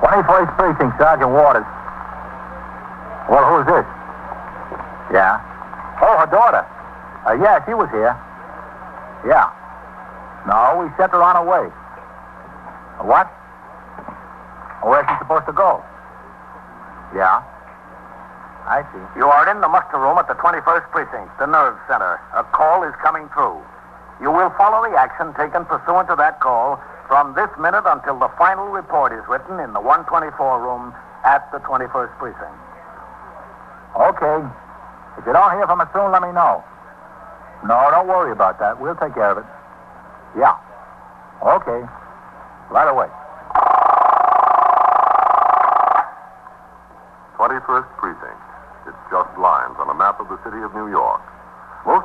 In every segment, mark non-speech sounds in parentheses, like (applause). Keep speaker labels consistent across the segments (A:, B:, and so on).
A: Valley Police Precinct, Sergeant Waters. Well, who's this? Yeah. Oh, her daughter. Uh, yeah, she was here. Yeah. No, we sent her on her way. Uh, What? Where's she supposed to go? Yeah. I see.
B: You are in the muster room at the 21st Precinct, the nerve center. A call is coming through. You will follow the action taken pursuant to that call from this minute until the final report is written in the 124 room at the 21st Precinct.
A: Okay. If you don't hear from us soon, let me know. No, don't worry about that. We'll take care of it. Yeah. Okay. Right away.
C: 21st Precinct. It's just lines on a map of the city of New York. Most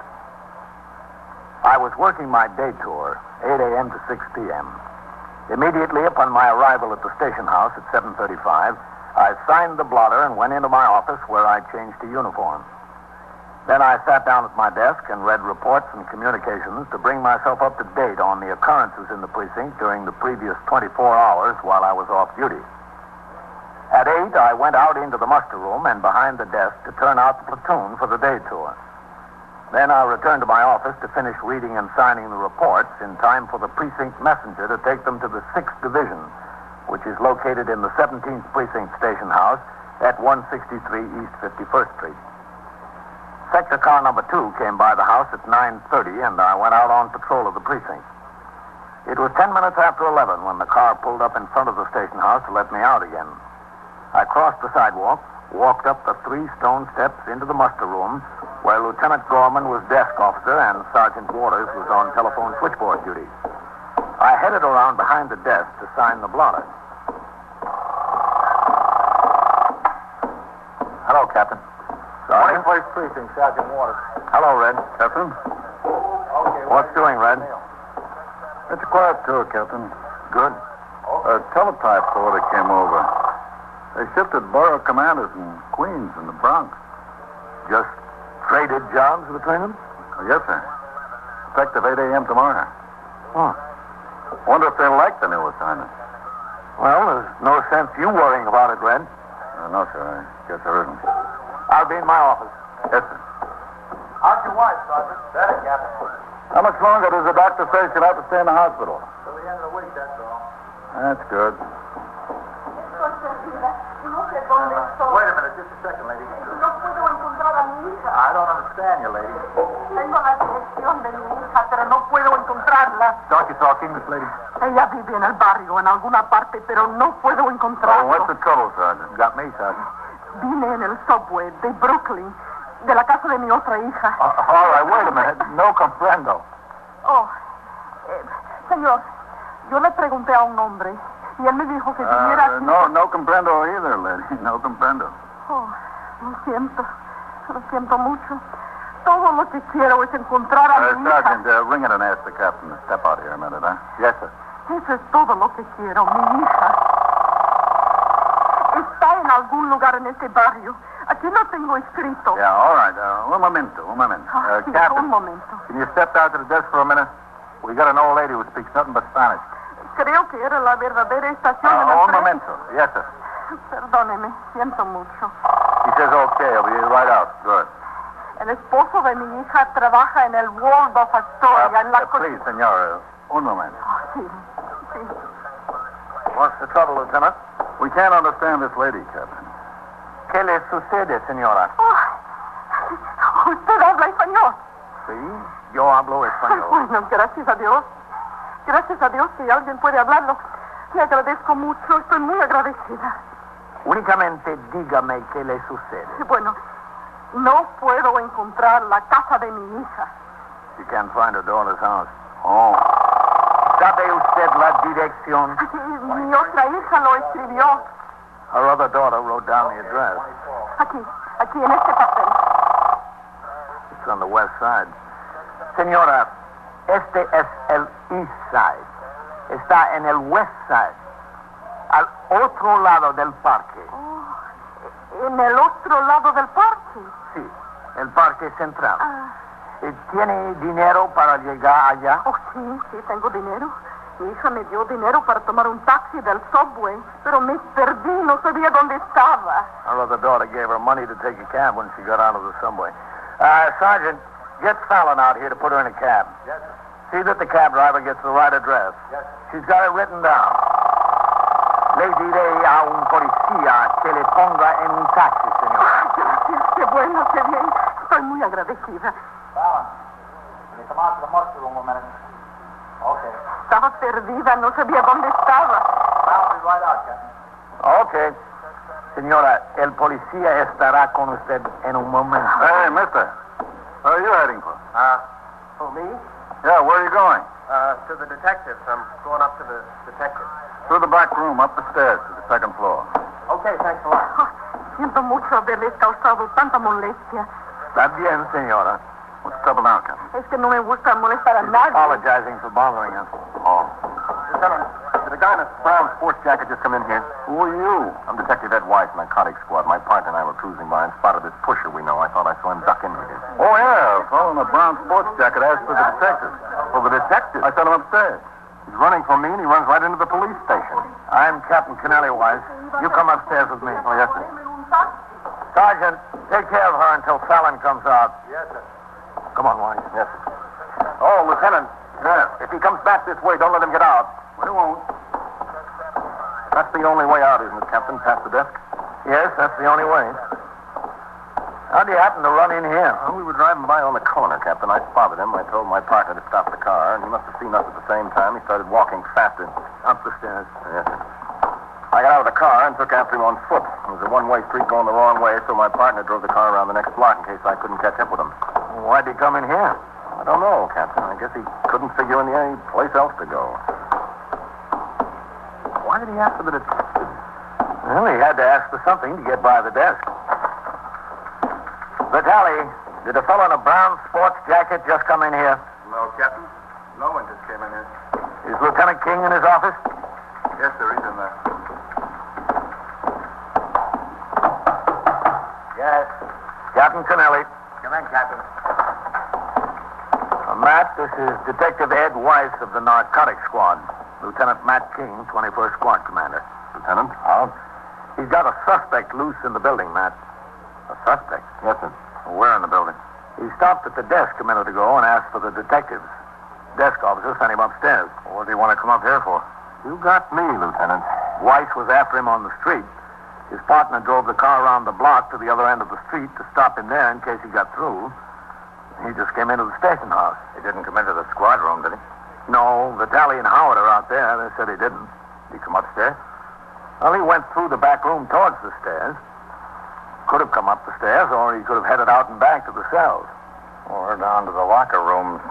B: I was working my day tour, 8 a.m. to 6 p.m. Immediately upon my arrival at the station house at 7.35, I signed the blotter and went into my office where I changed to uniform. Then I sat down at my desk and read reports and communications to bring myself up to date on the occurrences in the precinct during the previous 24 hours while I was off duty. At 8, I went out into the muster room and behind the desk to turn out the platoon for the day tour. Then I returned to my office to finish reading and signing the reports in time for the precinct messenger to take them to the 6th Division, which is located in the 17th Precinct Station House at 163 East 51st Street. Sector car number two came by the house at 9.30, and I went out on patrol of the precinct. It was 10 minutes after 11 when the car pulled up in front of the station house to let me out again. I crossed the sidewalk, walked up the three stone steps into the muster room, where Lieutenant Gorman was desk officer and Sergeant Waters was on telephone switchboard duty. I headed around behind the desk to sign the blotter.
A: Hello, Captain.
B: Sergeant?
D: First precinct, Sergeant Waters.
A: Hello, Red. Captain?
D: Okay.
B: What's doing, Red?
E: It's a quiet tour, Captain.
A: Good.
E: A teletype order came over. They shifted borough commanders in Queens and the Bronx.
A: Just traded jobs between them?
E: Oh, yes, sir. Effective 8 a.m. tomorrow.
A: Huh.
E: Wonder if they'll like the new assignment.
A: Well, there's no sense you worrying about it, Red.
E: Uh, no, sir. I guess there isn't.
B: I'll be in my office.
E: Yes, sir.
D: How's your wife, Sergeant? Better, Captain.
E: How much longer does the doctor say she'll have to stay in the hospital?
D: Till the end of the week, that's all.
E: That's good.
D: Wait a minute, just a second, lady.
F: No puedo encontrar a mi hija.
D: I don't understand you, lady.
F: Tengo la dirección de mi hija, pero no puedo encontrarla.
D: Don't you talk English, lady?
F: Ella vive en el barrio, en alguna parte, pero no puedo
E: Oh,
F: encontrarla.
E: what's the trouble, Sergeant?
D: Got me, Sergeant.
F: Vine en el subway de Brooklyn, de la casa de mi otra hija.
D: Uh, all right, wait a minute. No (laughs) comprendo.
F: Oh, eh, señor, yo le pregunté a un hombre y él me dijo
D: Ah,
F: que viniera
E: Uh,
F: aquí.
E: no, no comprendo either, lady. (laughs) No comprendo.
F: Oh, lo siento, lo siento mucho. Todo lo que quiero es encontrar a
E: Uh,
F: mi hija.
E: Sergeant, uh, ring it and ask the captain to step out here a minute, huh?
D: Yes, sir.
F: Eso es todo lo que quiero, mi hija. Está en algún lugar en este barrio. Aquí lo tengo escrito.
E: Yeah, all right. Uh, un momento,
D: (laughs)
E: un momento.
F: Ah,
E: Uh,
F: sí, un
E: captain,
F: momento.
D: Can you step down to the desk for a minute? We got an old lady who speaks nothing but Spanish. Oh,
F: Creo que era la verdadera estación de
E: uh,
F: la
E: un momento.
D: Yes, sir.
F: Perdóneme, siento mucho.
D: He says, okay, I'll be right out.
E: Good.
F: El esposo de mi hija trabaja en el Waldorf Astoria, en la
E: Uh, please, senor, uh, un moment.
F: Ah, sí, sí.
D: What's the trouble, Lieutenant?
E: We can't understand this lady, Captain.
D: ¿Qué le sucede, señora?
F: Ah, usted habla español.
D: Sí, yo hablo
F: Ay, (laughs)
D: español.
F: bueno, gracias a Dios. Gracias a Dios que alguien puede hablarlo. Le agradezco mucho, estoy muy agradecida.
B: Únicamente dígame qué le sucede.
F: Y Bueno, no puedo encontrar la casa de mi hija.
B: You can't find her daughter's house.
E: Oh.
B: ¿Sabe usted la dirección?
F: Y mi otra hija lo escribió.
E: Her other daughter wrote down the address.
F: Aquí, aquí, en este papel.
E: It's on the west side. Señora, este es el east side. Está en el west side. Al otro lado del parque.
F: En el otro lado del parque.
E: Sí, el parque central.
F: Ah.
E: Eh, ¿Tiene dinero para llegar allá?
F: Oh, sí, sí, tengo dinero. Mi hija me dio dinero para tomar un taxi del subway, pero me perdí, no sabía dónde estaba.
E: Her other daughter gave her money to take a cab when she got out of the subway. Uh, Sergeant, get Fallon out here to put her in a cab. Yes, See that the cab driver gets the right address. Yes, She's got it written down. Le diré a un policía que le ponga en un taxi, señor.
F: Ay, gracias, qué bueno, qué bien. Estoy muy agradecida.
G: You come out to the muster room a minute. Okay.
F: Estaba perdida, no sabía dónde estaba.
G: I'll be right out, Captain.
E: Okay. Señora, el policía estará con usted en un momento.
H: Hey, mister. Where are you heading for?
I: Uh,
G: Who, me?
H: Yeah, where are you going?
G: Uh, to the detectives. I'm going up to the detective.
H: Through the back room, up the stairs to the second floor.
G: Okay, thanks a lot.
F: Oh, siento mucho haberles causado tanta molestia.
E: Está bien, señora.
H: What's the trouble now, Captain?
F: Es que no me gusta molestar a
E: Ah,
F: nadie.
E: Apologizing for bothering us.
I: Lieutenant, Oh. did a guy in a brown sports jacket just come in here?
H: Who are you?
I: I'm Detective Ed Weiss, narcotics squad. My partner and I were cruising by and spotted this pusher we know. I thought I saw him duck in here.
H: Oh, yeah, a fellow in a brown sports jacket asked for the detective.
I: Well, Oh, the detective.
H: I sent him upstairs.
I: He's running from me and he runs right into the police station.
E: I'm Captain Kennelly Wise. You come upstairs with me.
I: Oh, yes, sir.
E: Sergeant, take care of her until Fallon comes out. Yes, sir. Come on, Wise.
I: Yes, sir. Oh, Lieutenant. If he comes back this way, don't let him get out.
H: We won't.
I: That's the only way out, isn't it, Captain? Past the desk?
E: Yes, that's the only way. How'd you happen to run in here?
I: Well, we were driving by on the corner, Captain. I spotted him. I told my partner to stop the car, and he must have seen us at the same time. He started walking faster.
E: Up the stairs.
I: Yes, sir. I got out of the car and took after him on foot. It was a one-way street going the wrong way, so my partner drove the car around the next block in case I couldn't catch up with him.
E: Why'd you come in here?
I: I don't know, Captain. I guess he couldn't figure any any place else to go. Why did he ask for the detective?
E: Well, he had to ask for something to get by the desk. Vitali, did a fellow in a brown sports jacket just come in here?
H: No, Captain. No one just came in here.
E: Is Lieutenant King in his office?
H: Yes, sir, he's in there.
G: Yes.
E: Captain Kennelly.
G: Come in, Captain.
E: Uh, Matt, this is Detective Ed Weiss of the Narcotics Squad. Lieutenant Matt King, 21st Squad Commander.
I: Lieutenant?
E: Oh? He's got a suspect loose in the building, Matt. A suspect?
I: Yes, sir.
E: Where in the building? He stopped at the desk a minute ago and asked for the detectives. Desk officer sent him upstairs.
I: What do you want to come up here for? You got me, Lieutenant.
E: Weiss was after him on the street. His partner drove the car around the block to the other end of the street to stop him there in case he got through. He just came into the station house.
I: He didn't come into the squad room, did he?
E: No, Vitaly and Howard are out there. They said he didn't.
I: He come upstairs?
E: Well, he went through the back room towards the stairs. Could have come up the stairs, or he could have headed out and back to the cells.
H: Or down to the locker rooms.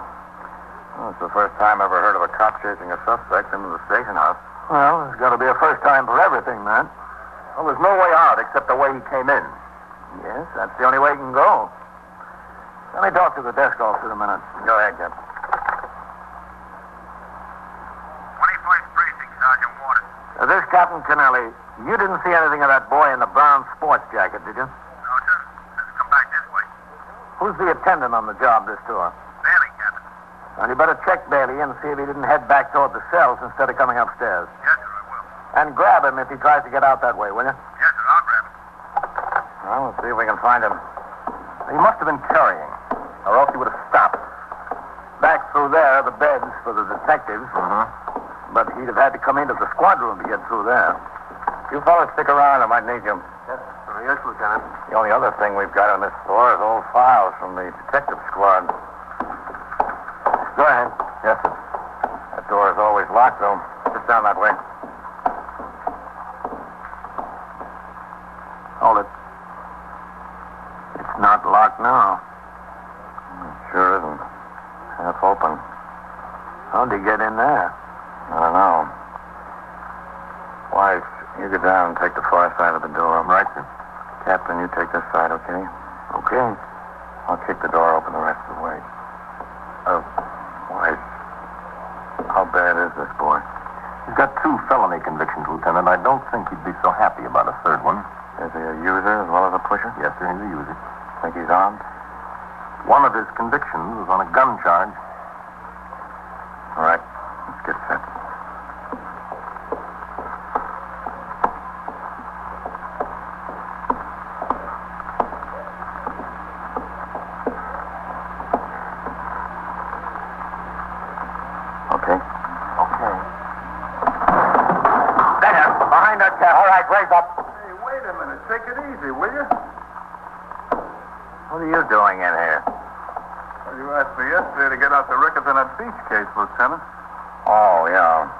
H: Well, it's the first time I ever heard of a cop chasing a suspect into the station house.
E: Well, there's got to be a first time for everything, man.
I: Well, there's no way out except the way he came in.
E: Yes, that's the only way he can go. Let me talk to the desk officer a minute.
I: Go ahead, Captain.
J: 21st Precinct, Sergeant Waters.
E: Uh, this Captain Kennelly, you didn't see anything of that boy in the brown sports jacket, did you?
J: No, sir. Let's come back this way.
E: Who's the attendant on the job this tour?
J: Bailey, Captain.
E: Well, you better check Bailey and see if he didn't head back toward the cells instead of coming upstairs.
J: Yes, sir, I will.
E: And grab him if he tries to get out that way, will you?
J: Yes, sir, I'll grab him.
H: Well, let's see if we can find him.
I: He must have been carrying, or else he would have stopped.
E: Back through there, the beds for the detectives.
H: Mm-hmm.
E: But he'd have had to come into the squad room to get through there.
H: You fellas stick around. I might need you.
G: Yes, Lieutenant.
H: The only other thing we've got on this floor is old files from the detective squad.
E: Go ahead.
H: Yes, sir. That door is always locked, though. Just down that way.
E: Hold it. It's not locked now.
H: Sure isn't. Half open.
E: How'd he get in there?
H: I don't know. Wise, You go down and take the far side of the door.
I: Right, sir.
H: Captain, you take this side, okay?
I: Okay.
H: I'll kick the door open the rest of the way. Uh, why? How bad is this boy?
I: He's got two felony convictions, Lieutenant. I don't think he'd be so happy about a third one.
H: Is he a user as well as a pusher?
I: Yes, sir, he's a user.
H: Think he's armed?
I: One of his convictions was on a gun charge.
H: All right, let's get set. Okay.
I: Okay. There, behind that cap. All right, raise up.
H: Hey, wait a minute. Take it easy, will you?
B: What are you doing in here?
H: Well, you asked me yesterday to get out the records on that beach case, Lieutenant.
B: Oh, yeah.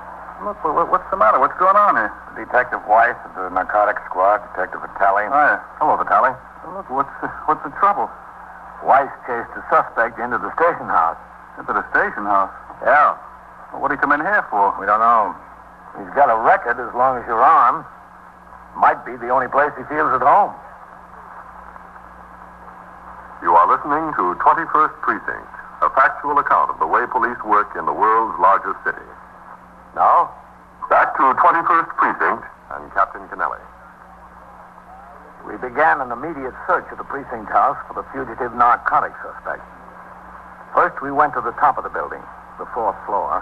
H: Look, wha- wha- what's the matter? What's going on here?
B: Detective Weiss of the narcotics squad, Detective Vitale.
H: Hi.
E: Hello, Vitale.
H: Look, what's the, what's the trouble?
E: Weiss chased a suspect into the station house.
H: Into the station house.
E: Yeah.
H: Well, what'd he come in here for?
B: We don't know.
E: He's got a record as long as you're armed. Might be the only place he feels at home.
C: You are listening to 21st Precinct, a factual account of the way police work in the world's largest city.
E: No?
C: Back to 21st Precinct and Captain Kennelly.
E: We began an immediate search of the precinct house for the fugitive narcotic suspect. First, we went to the top of the building, the fourth floor,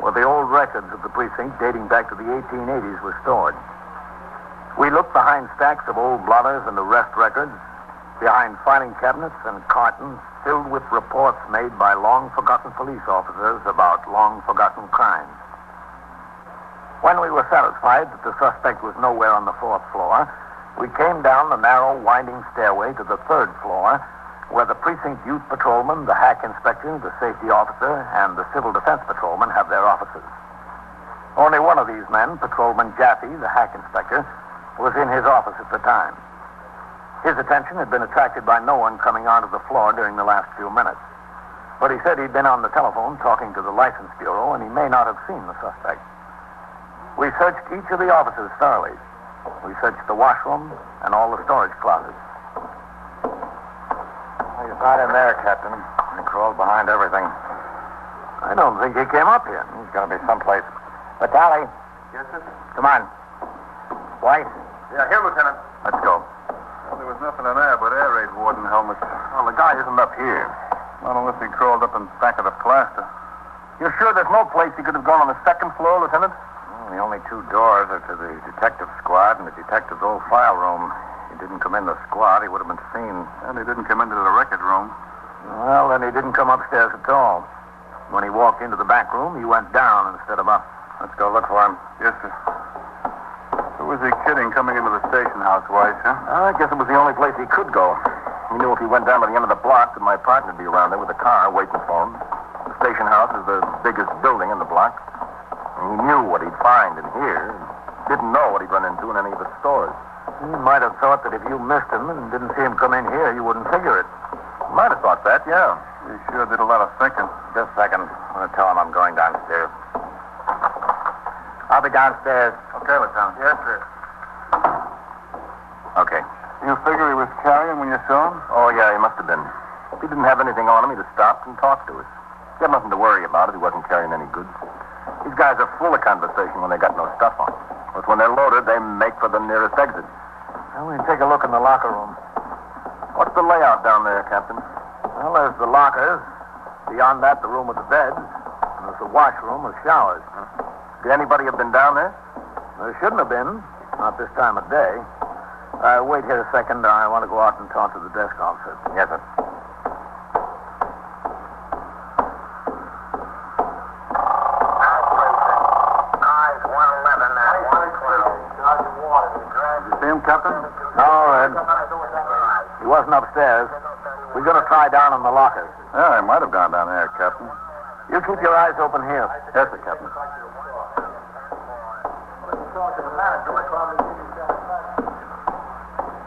E: where the old records of the precinct dating back to the 1880s were stored. We looked behind stacks of old blotters and arrest records, behind filing cabinets and cartons filled with reports made by long-forgotten police officers about long-forgotten crimes. When we were satisfied that the suspect was nowhere on the fourth floor, we came down the narrow, winding stairway to the third floor, where the precinct youth patrolman, the hack inspector, the safety officer, and the civil defense patrolman have their offices. Only one of these men, Patrolman Jaffe, the hack inspector, was in his office at the time. His attention had been attracted by no one coming onto the floor during the last few minutes. But he said he'd been on the telephone talking to the License Bureau, and he may not have seen the suspect. We searched each of the offices thoroughly. We searched the washroom and all the storage closets.
H: He's not in there, Captain. He crawled behind everything.
E: I don't think he came up here.
H: He's going to be someplace. Vitale,
I: Yes, sir.
H: come on. White,
I: Yeah, here, Lieutenant.
H: let's go. Well, there was nothing in there but air raid warden helmets.
I: Well, the guy isn't up here.
H: Not unless he crawled up in back of the plaster.
I: You're sure there's no place he could have gone on the second floor, Lieutenant?
H: Well, the only two doors are to the detective squad and the detective's old file room. He didn't come in the squad. He would have been seen. And he didn't come into the record room.
E: Well, then he didn't come upstairs at all. When he walked into the back room, he went down instead of up.
H: Let's go look for him. Yes, sir. Who was he kidding coming into the station house, Weiss, huh?
I: I guess it was the only place he could go. He knew if he went down to the end of the block that my partner'd be around there with a car waiting for him. The station house is the biggest building in the block. And he knew what he'd find in here. and Didn't know what he'd run into in any of the stores.
E: He might have thought that if you missed him and didn't see him come in here, you wouldn't figure it.
I: Might have thought that, yeah.
H: He sure did a lot of thinking.
B: Just a second. I'm going to tell him I'm going downstairs. I'll be downstairs.
H: Okay, Lieutenant.
I: Yes, sir.
B: Okay.
H: You figure he was carrying when you saw him?
I: Oh, yeah, he must have been. If he didn't have anything on him, he'd have stopped and talked to us. He had nothing to worry about if he wasn't carrying any goods. These guys are full of conversation when they got no stuff on. But when they're loaded, they make for the nearest exit.
E: Well, we take a look in the locker room.
I: What's the layout down there, Captain?
E: Well, there's the lockers. Beyond that, the room with the beds. And there's the washroom with showers.
I: Hmm. Did anybody have been down there?
E: There shouldn't have been. Not this time of day. Uh, wait here a second. I want to go out and talk to the desk officer.
I: Yes, sir.
J: Eyes 111 and 112.
G: Sergeant Waters, the grand
H: You see him, Captain?
E: No, Ed. He wasn't upstairs. We're going to try down in the lockers.
H: Yeah, he might have gone down there, Captain.
E: You keep your eyes open here.
H: Yes, sir, Captain.
G: talk to the manager, we're probably gonna be satisfied.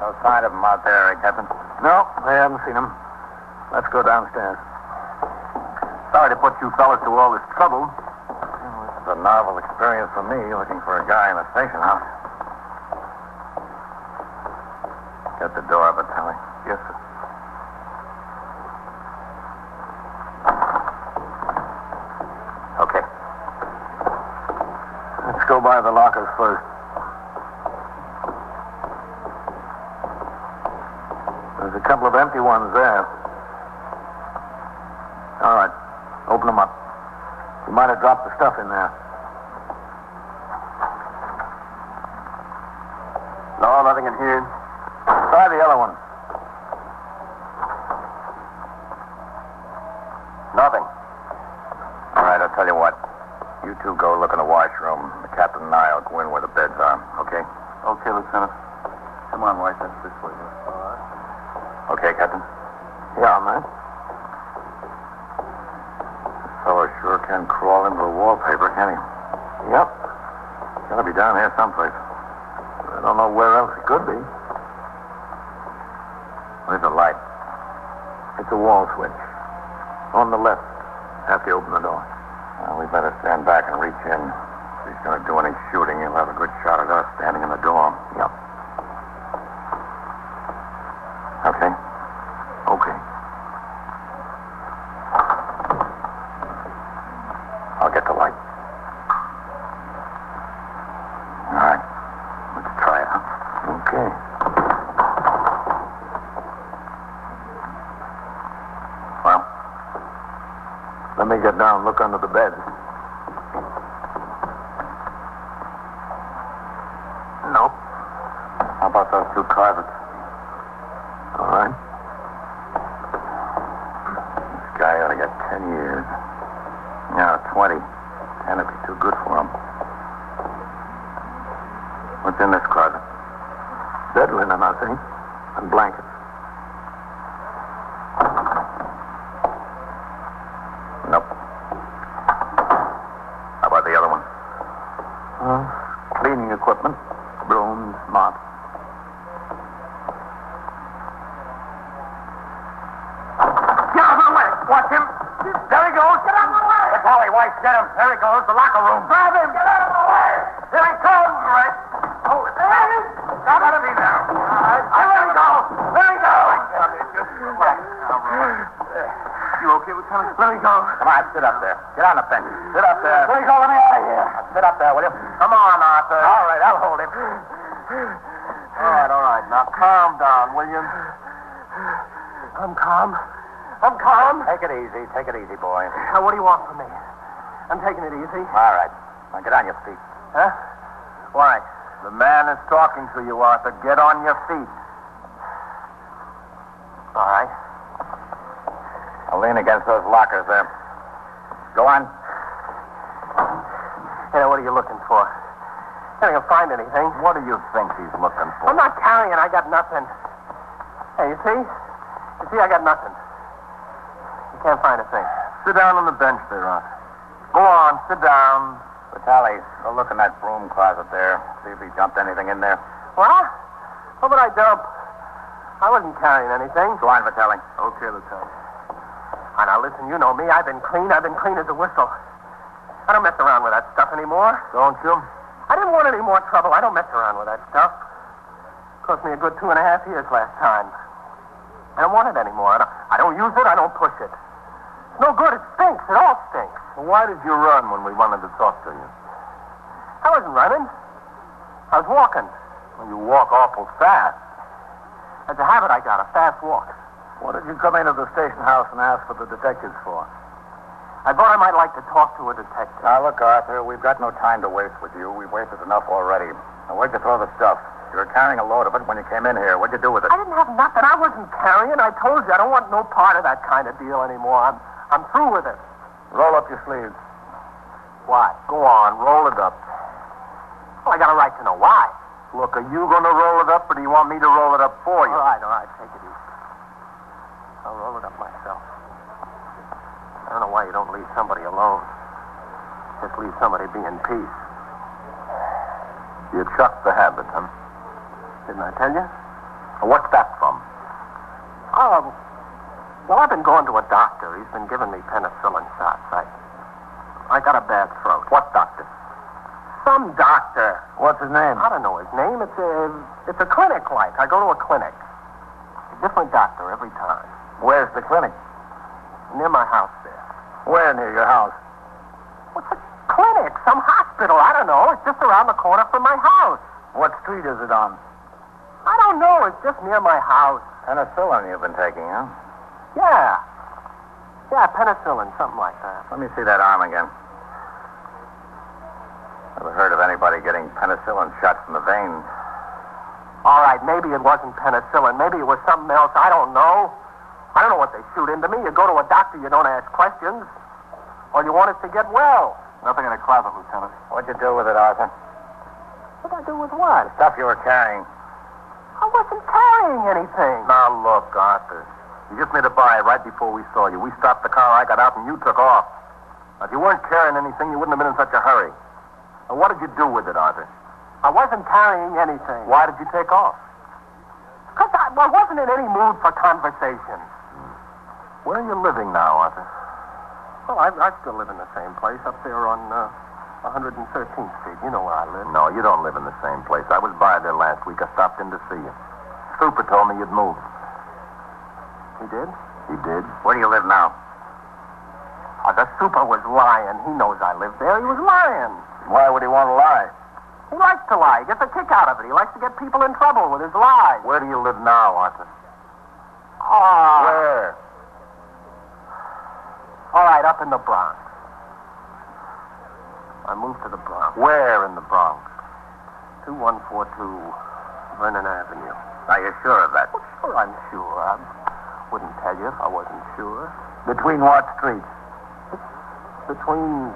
B: No sign of him out there, eh, Captain?
E: No, I haven't seen him. Let's go downstairs.
I: Sorry to put you fellas to all this trouble.
B: It's a novel experience for me, looking for a guy in a station house.
E: Shut the door, Vitelli. Yes, sir.
K: Okay.
L: Let's go by the lockers first. There's a couple of empty ones there. All right. Open them up. You might have dropped the stuff in there.
K: No, nothing in here.
L: Try the other one.
K: Nothing.
E: All right, I'll tell you what. You two go look in the washroom. The captain and I will go in where the beds are, okay?
K: Okay, Lieutenant. Come on, White. That's this way.
E: Okay, Captain?
L: Yeah, man.
E: Fellow sure can crawl into the wallpaper, can he?
L: Yep.
E: Gotta be down here someplace.
L: I don't know where else it could be.
E: Where's the light?
L: It's a wall switch. On the left. After you open the door.
E: Well, we better stand back and reach in. If he's gonna do any shooting, he'll have a good shot at us standing in the door.
L: Yep.
E: Okay?
L: Okay.
E: I'll get the light. All right. Let's try it, huh?
L: Okay.
E: Well,
L: Let me get down and look under the bed. Nope.
E: how about those two closets?
L: All right.
E: This guy ought to get 10 years. No, 20. 10 would be too good for him. What's in this closet?
L: Bed linen, I think. And blankets.
E: Nope. How about the other one?
L: Uh, cleaning equipment. Brooms, mops.
I: Get out of the way! Watch him! There he goes! Get out of the way! It's Wally White, get him! There he goes, the locker room. Grab him! Get out of the way! Here he comes! All right. Oh, there he is! Got out of me now. All right. I let him go! Let him go! You okay, Lieutenant? Let me go.
K: Come on, sit up there. Get on the bench. Sit up there.
I: Let me go. Let me out of here.
K: Sit up there, will you? Come on, Arthur.
I: All right, I'll hold him.
K: All right, all right. Now calm down, William.
I: I'm calm. I'm calm.
K: Take it easy. Take it easy, boy.
I: Now, what do you want from me? I'm taking it easy.
K: All right. Now get on your feet.
I: Huh?
K: Why? The man is talking to you, Arthur. Get on your feet.
I: All right.
E: I'll lean against those lockers there. Go on.
I: You know, what are you looking for? Can't even find anything.
K: What do you think he's looking for?
I: I'm not carrying. I got nothing. Hey, you see? You see, I got nothing. You can't find a thing.
K: Sit down on the bench there, Arthur. Go on, sit down.
E: Vitaly, go look in that broom closet there. See if he dumped anything in there.
I: What? What would I dump? I wasn't carrying anything.
E: Go on, Vitaly.
K: Okay, Lieutenant.
I: Ah, now listen, you know me. I've been clean. I've been clean as a whistle. I don't mess around with that stuff anymore.
K: Don't you?
I: I didn't want any more trouble. I don't mess around with that stuff. Cost me a good two and a half years last time. I don't want it anymore. I don't, I don't use it. I don't push it. It's no good. It stinks. It all stinks.
K: Well, why did you run when we wanted to talk to you?
I: I wasn't running. I was walking.
K: Well, you walk awful fast.
I: That's a habit I got, a fast walk.
L: What did you come into the station house and ask for the detectives for?
I: I thought I might like to talk to a detective.
E: Now, Ah, look, Arthur, we've got no time to waste with you. We've wasted enough already. Now, where'd you throw the stuff? You were carrying a load of it when you came in here. What'd you do with it?
I: I didn't have nothing. I wasn't carrying. I told you I don't want no part of that kind of deal anymore. I'm, I'm through with it.
L: Roll up your sleeves.
I: Why?
L: Go on, roll it up.
I: Well, I got a right to know why.
L: Look, are you going to roll it up, or do you want me to roll it up for you?
I: All right, all right, take it easy. I'll roll it up myself. I don't know why you don't leave somebody alone. Just leave somebody be in peace.
K: You chucked the habit, huh?
I: Didn't I tell you?
K: What's that from?
I: Oh, well, I've been going to a doctor. He's been giving me penicillin shots. I, I got a bad throat.
K: What doctor?
I: A some doctor.
E: What's his name?
I: I don't know his name. It's a it's a clinic like. I go to a clinic. A different doctor every time.
E: Where's the clinic?
I: Near my house there.
E: Where near your house?
I: What's a clinic? Some hospital. I don't know. It's just around the corner from my house.
E: What street is it on?
I: I don't know. It's just near my house.
H: Penicillin you've been taking, huh?
I: Yeah. Yeah, penicillin, something like that.
H: Let me see that arm again. Never heard of anybody getting penicillin shots in the vein.
I: All right, maybe it wasn't penicillin. Maybe it was something else. I don't know. I don't know what they shoot into me. You go to a doctor, you don't ask questions. All you want is to get well.
E: Nothing in a closet, Lieutenant.
H: What'd you do with it, Arthur?
I: What'd I do with what?
H: Stuff you were carrying.
I: I wasn't carrying anything.
E: Now look, Arthur. You just made a buy right before we saw you. We stopped the car, I got out, and you took off. Now, if you weren't carrying anything, you wouldn't have been in such a hurry. Now, what did you do with it, Arthur?
I: I wasn't carrying anything.
E: Why did you take off?
I: Because I, I wasn't in any mood for conversation.
E: Where are you living now, Arthur?
I: Well, I, I still live in the same place up there on uh, 113th Street. You know where I live.
E: No, you don't live in the same place. I was by there last week. I stopped in to see you. Super told me you'd moved.
I: He did?
E: He did.
H: Where do you live now?
I: Oh, the super was lying. He knows I live there. He was lying.
H: Why would he want to lie?
I: He likes to lie. He gets a kick out of it. He likes to get people in trouble with his lies.
E: Where do you live now, Arthur?
I: Oh.
E: Where?
I: All right, up in the Bronx. I moved to the Bronx.
E: Where in the Bronx?
I: 2142 Vernon Avenue.
H: Are you sure of that?
I: Well, sure, I'm sure. I wouldn't tell you if I wasn't sure.
E: Between what streets?
I: Between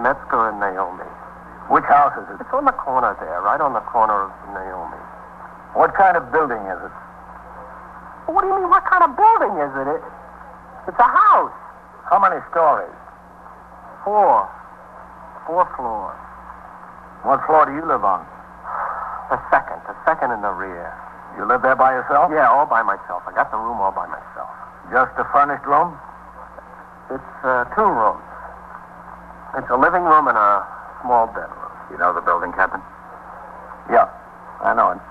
I: Metzger and Naomi.
E: Which house is it?
I: It's on the corner there, right on the corner of Naomi.
E: What kind of building is it?
I: What do you mean, what kind of building is it? it it's a house.
E: How many stories?
I: Four. Four floors.
E: What floor do you live on?
I: The second. The second in the rear.
E: You live there by yourself?
I: Yeah, all by myself. I got the room all by myself.
E: Just a furnished room?
I: It's uh, two rooms. It's a living room and a small bedroom.
H: You know the building, Captain?
E: Yeah, I know it.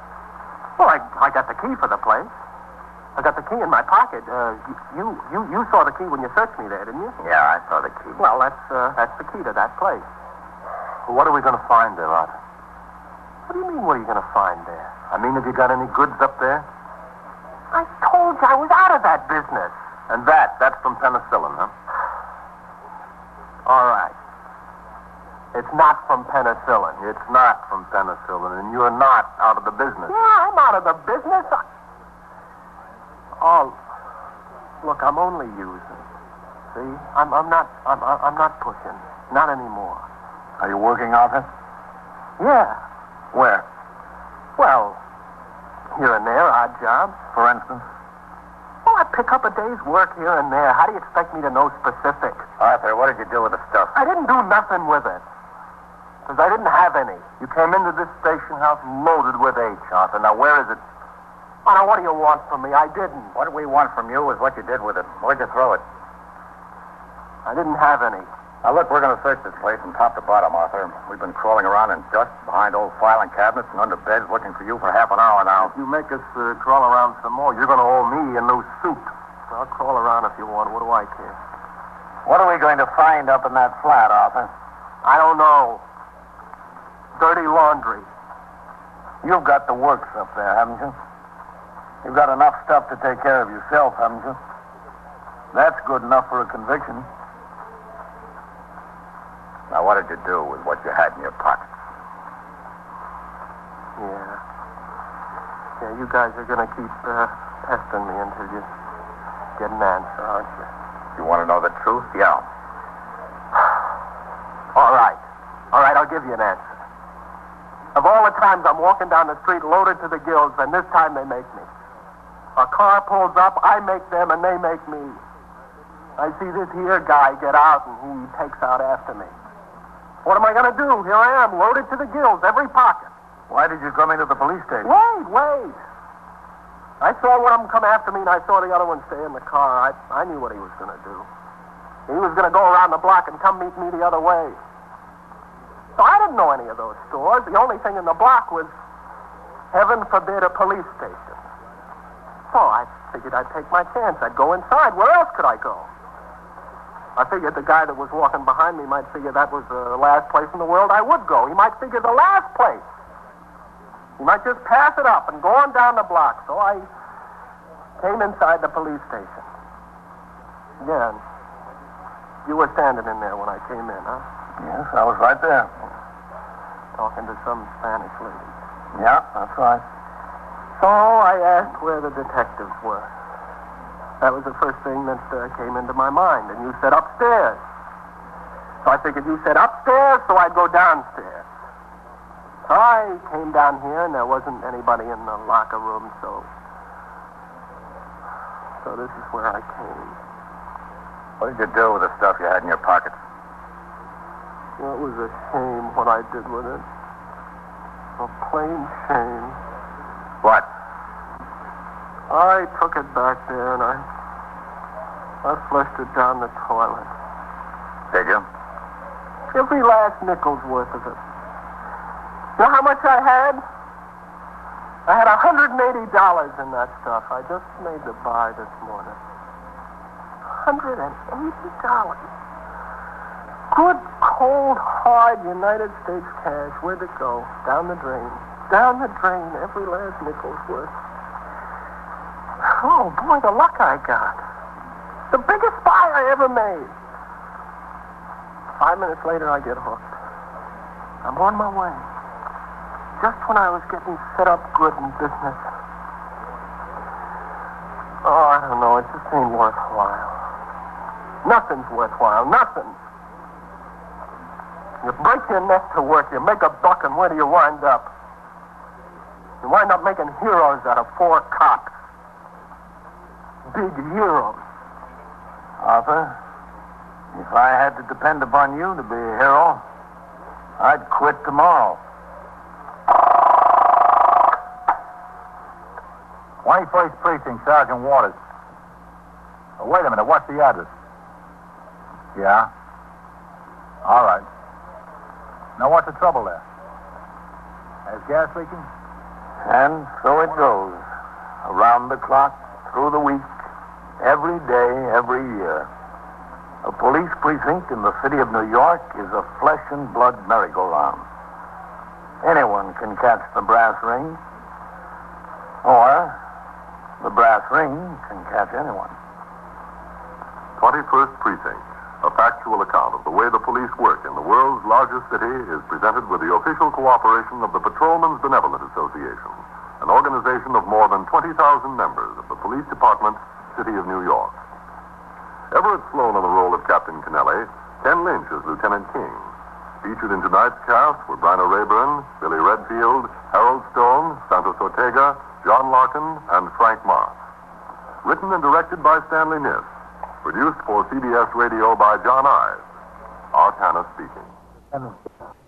I: Well, I, I got the key for the place. I got the key in my pocket. Uh, you, you, you saw the key when you searched me there, didn't you?
H: Yeah, I saw the key.
I: Well, that's uh, that's the key to that place.
E: Well, what are we going to find there, Arthur?
I: What do you mean? What are you going to find there?
E: I mean, have you got any goods up there?
I: I told you I was out of that business.
E: And that, that's from penicillin, huh?
I: All right. It's not from penicillin.
E: It's not from penicillin, and you're not out of the business.
I: Yeah, I'm out of the business. I... Oh, look, I'm only using. See, I'm, I'm not, I'm, I'm not pushing. Not anymore.
E: Are you working, Arthur?
I: Yeah.
E: Where?
I: Well, here and there, odd jobs.
E: For instance?
I: Well, I pick up a day's work here and there. How do you expect me to know specifics?
H: Arthur, what did you do with the stuff?
I: I didn't do nothing with it. Because I didn't have any.
E: You came into this station house loaded with H, Arthur. Now, where is it?
I: Oh, now, what do you want from me? I didn't.
H: What we want from you is what you did with it. Where'd you throw it?
I: I didn't have any.
H: Now, look, we're going to search this place from top to bottom, Arthur. We've been crawling around in dust, behind old filing cabinets, and under beds looking for you for half an hour now.
E: If you make us uh, crawl around some more, you're going to owe me a new suit.
I: I'll crawl around if you want. What do I care?
E: What are we going to find up in that flat, Arthur?
I: I don't know. Dirty laundry.
E: You've got the works up there, haven't you? You've got enough stuff to take care of yourself, haven't you? That's good enough for a conviction.
H: Now, what did you do with what you had in your pocket?
I: Yeah. Yeah, you guys are going to keep uh, pestering me until you get an answer, aren't you?
H: You want to know the truth? Yeah.
I: All right. All right, I'll give you an answer. Of all the times I'm walking down the street loaded to the gills, and this time they make me. A car pulls up, I make them, and they make me. I see this here guy get out, and he takes out after me. What am I going to do? Here I am, loaded to the gills, every pocket.
E: Why did you come into the police station?
I: Wait, wait. I saw one of them come after me, and I saw the other one stay in the car. I, I knew what he was going to do. He was going to go around the block and come meet me the other way. So I didn't know any of those stores. The only thing in the block was, heaven forbid, a police station. So I figured I'd take my chance. I'd go inside. Where else could I go? I figured the guy that was walking behind me might figure that was the last place in the world I would go. He might figure the last place. He might just pass it up and go on down the block. So I came inside the police station. Yeah. You were standing in there when I came in, huh?
E: Yes, I was right there.
I: Talking to some Spanish lady.
E: Yeah, that's right.
I: So I asked where the detectives were. That was the first thing that uh, came into my mind, and you said upstairs. So I figured you said upstairs, so I'd go downstairs. So I came down here, and there wasn't anybody in the locker room, so. So this is where I came.
E: What did you do with the stuff you had in your pockets?
I: Well, it was a shame what I did with it. A plain shame.
E: What?
I: I took it back there and I I flushed it down the toilet.
E: Did you?
I: Every last nickel's worth of it. You know how much I had? I had $180 in that stuff. I just made the buy this morning. $180. Good, cold, hard United States cash. Where'd it go? Down the drain. Down the drain. Every last nickel's worth. Oh, boy, the luck I got. The biggest buy I ever made. Five minutes later, I get hooked. I'm on my way. Just when I was getting set up good in business. Oh, I don't know. It just ain't worthwhile. Nothing's worthwhile. Nothing. You break your neck to work. You make a buck, and where do you wind up? You wind up making heroes out of four cops big hero.
E: Arthur, if I had to depend upon you to be a hero, I'd quit tomorrow.
B: 21st Precinct, Sergeant Waters. Oh, wait a minute, what's the address? Yeah? All right. Now, what's the trouble there? There's gas leaking?
E: And so it goes. Around the clock, through the week, every day, every year. A police precinct in the city of New York is a flesh and blood merry-go-round. Anyone can catch the brass ring, or the brass ring can catch anyone.
C: 21st Precinct, a factual account of the way the police work in the world's largest city, is presented with the official cooperation of the Patrolmen's Benevolent Association, an organization of more than 20,000 members of the Police Department, City of New York. Everett Sloan on the role of Captain Kennelly, Ken Lynch as Lieutenant King. Featured in tonight's cast were Bryna Rayburn, Billy Redfield, Harold Stone, Santos Ortega, John Larkin, and Frank Marth. Written and directed by Stanley Niss. Produced for CBS Radio by John Ives. Art Hanna speaking.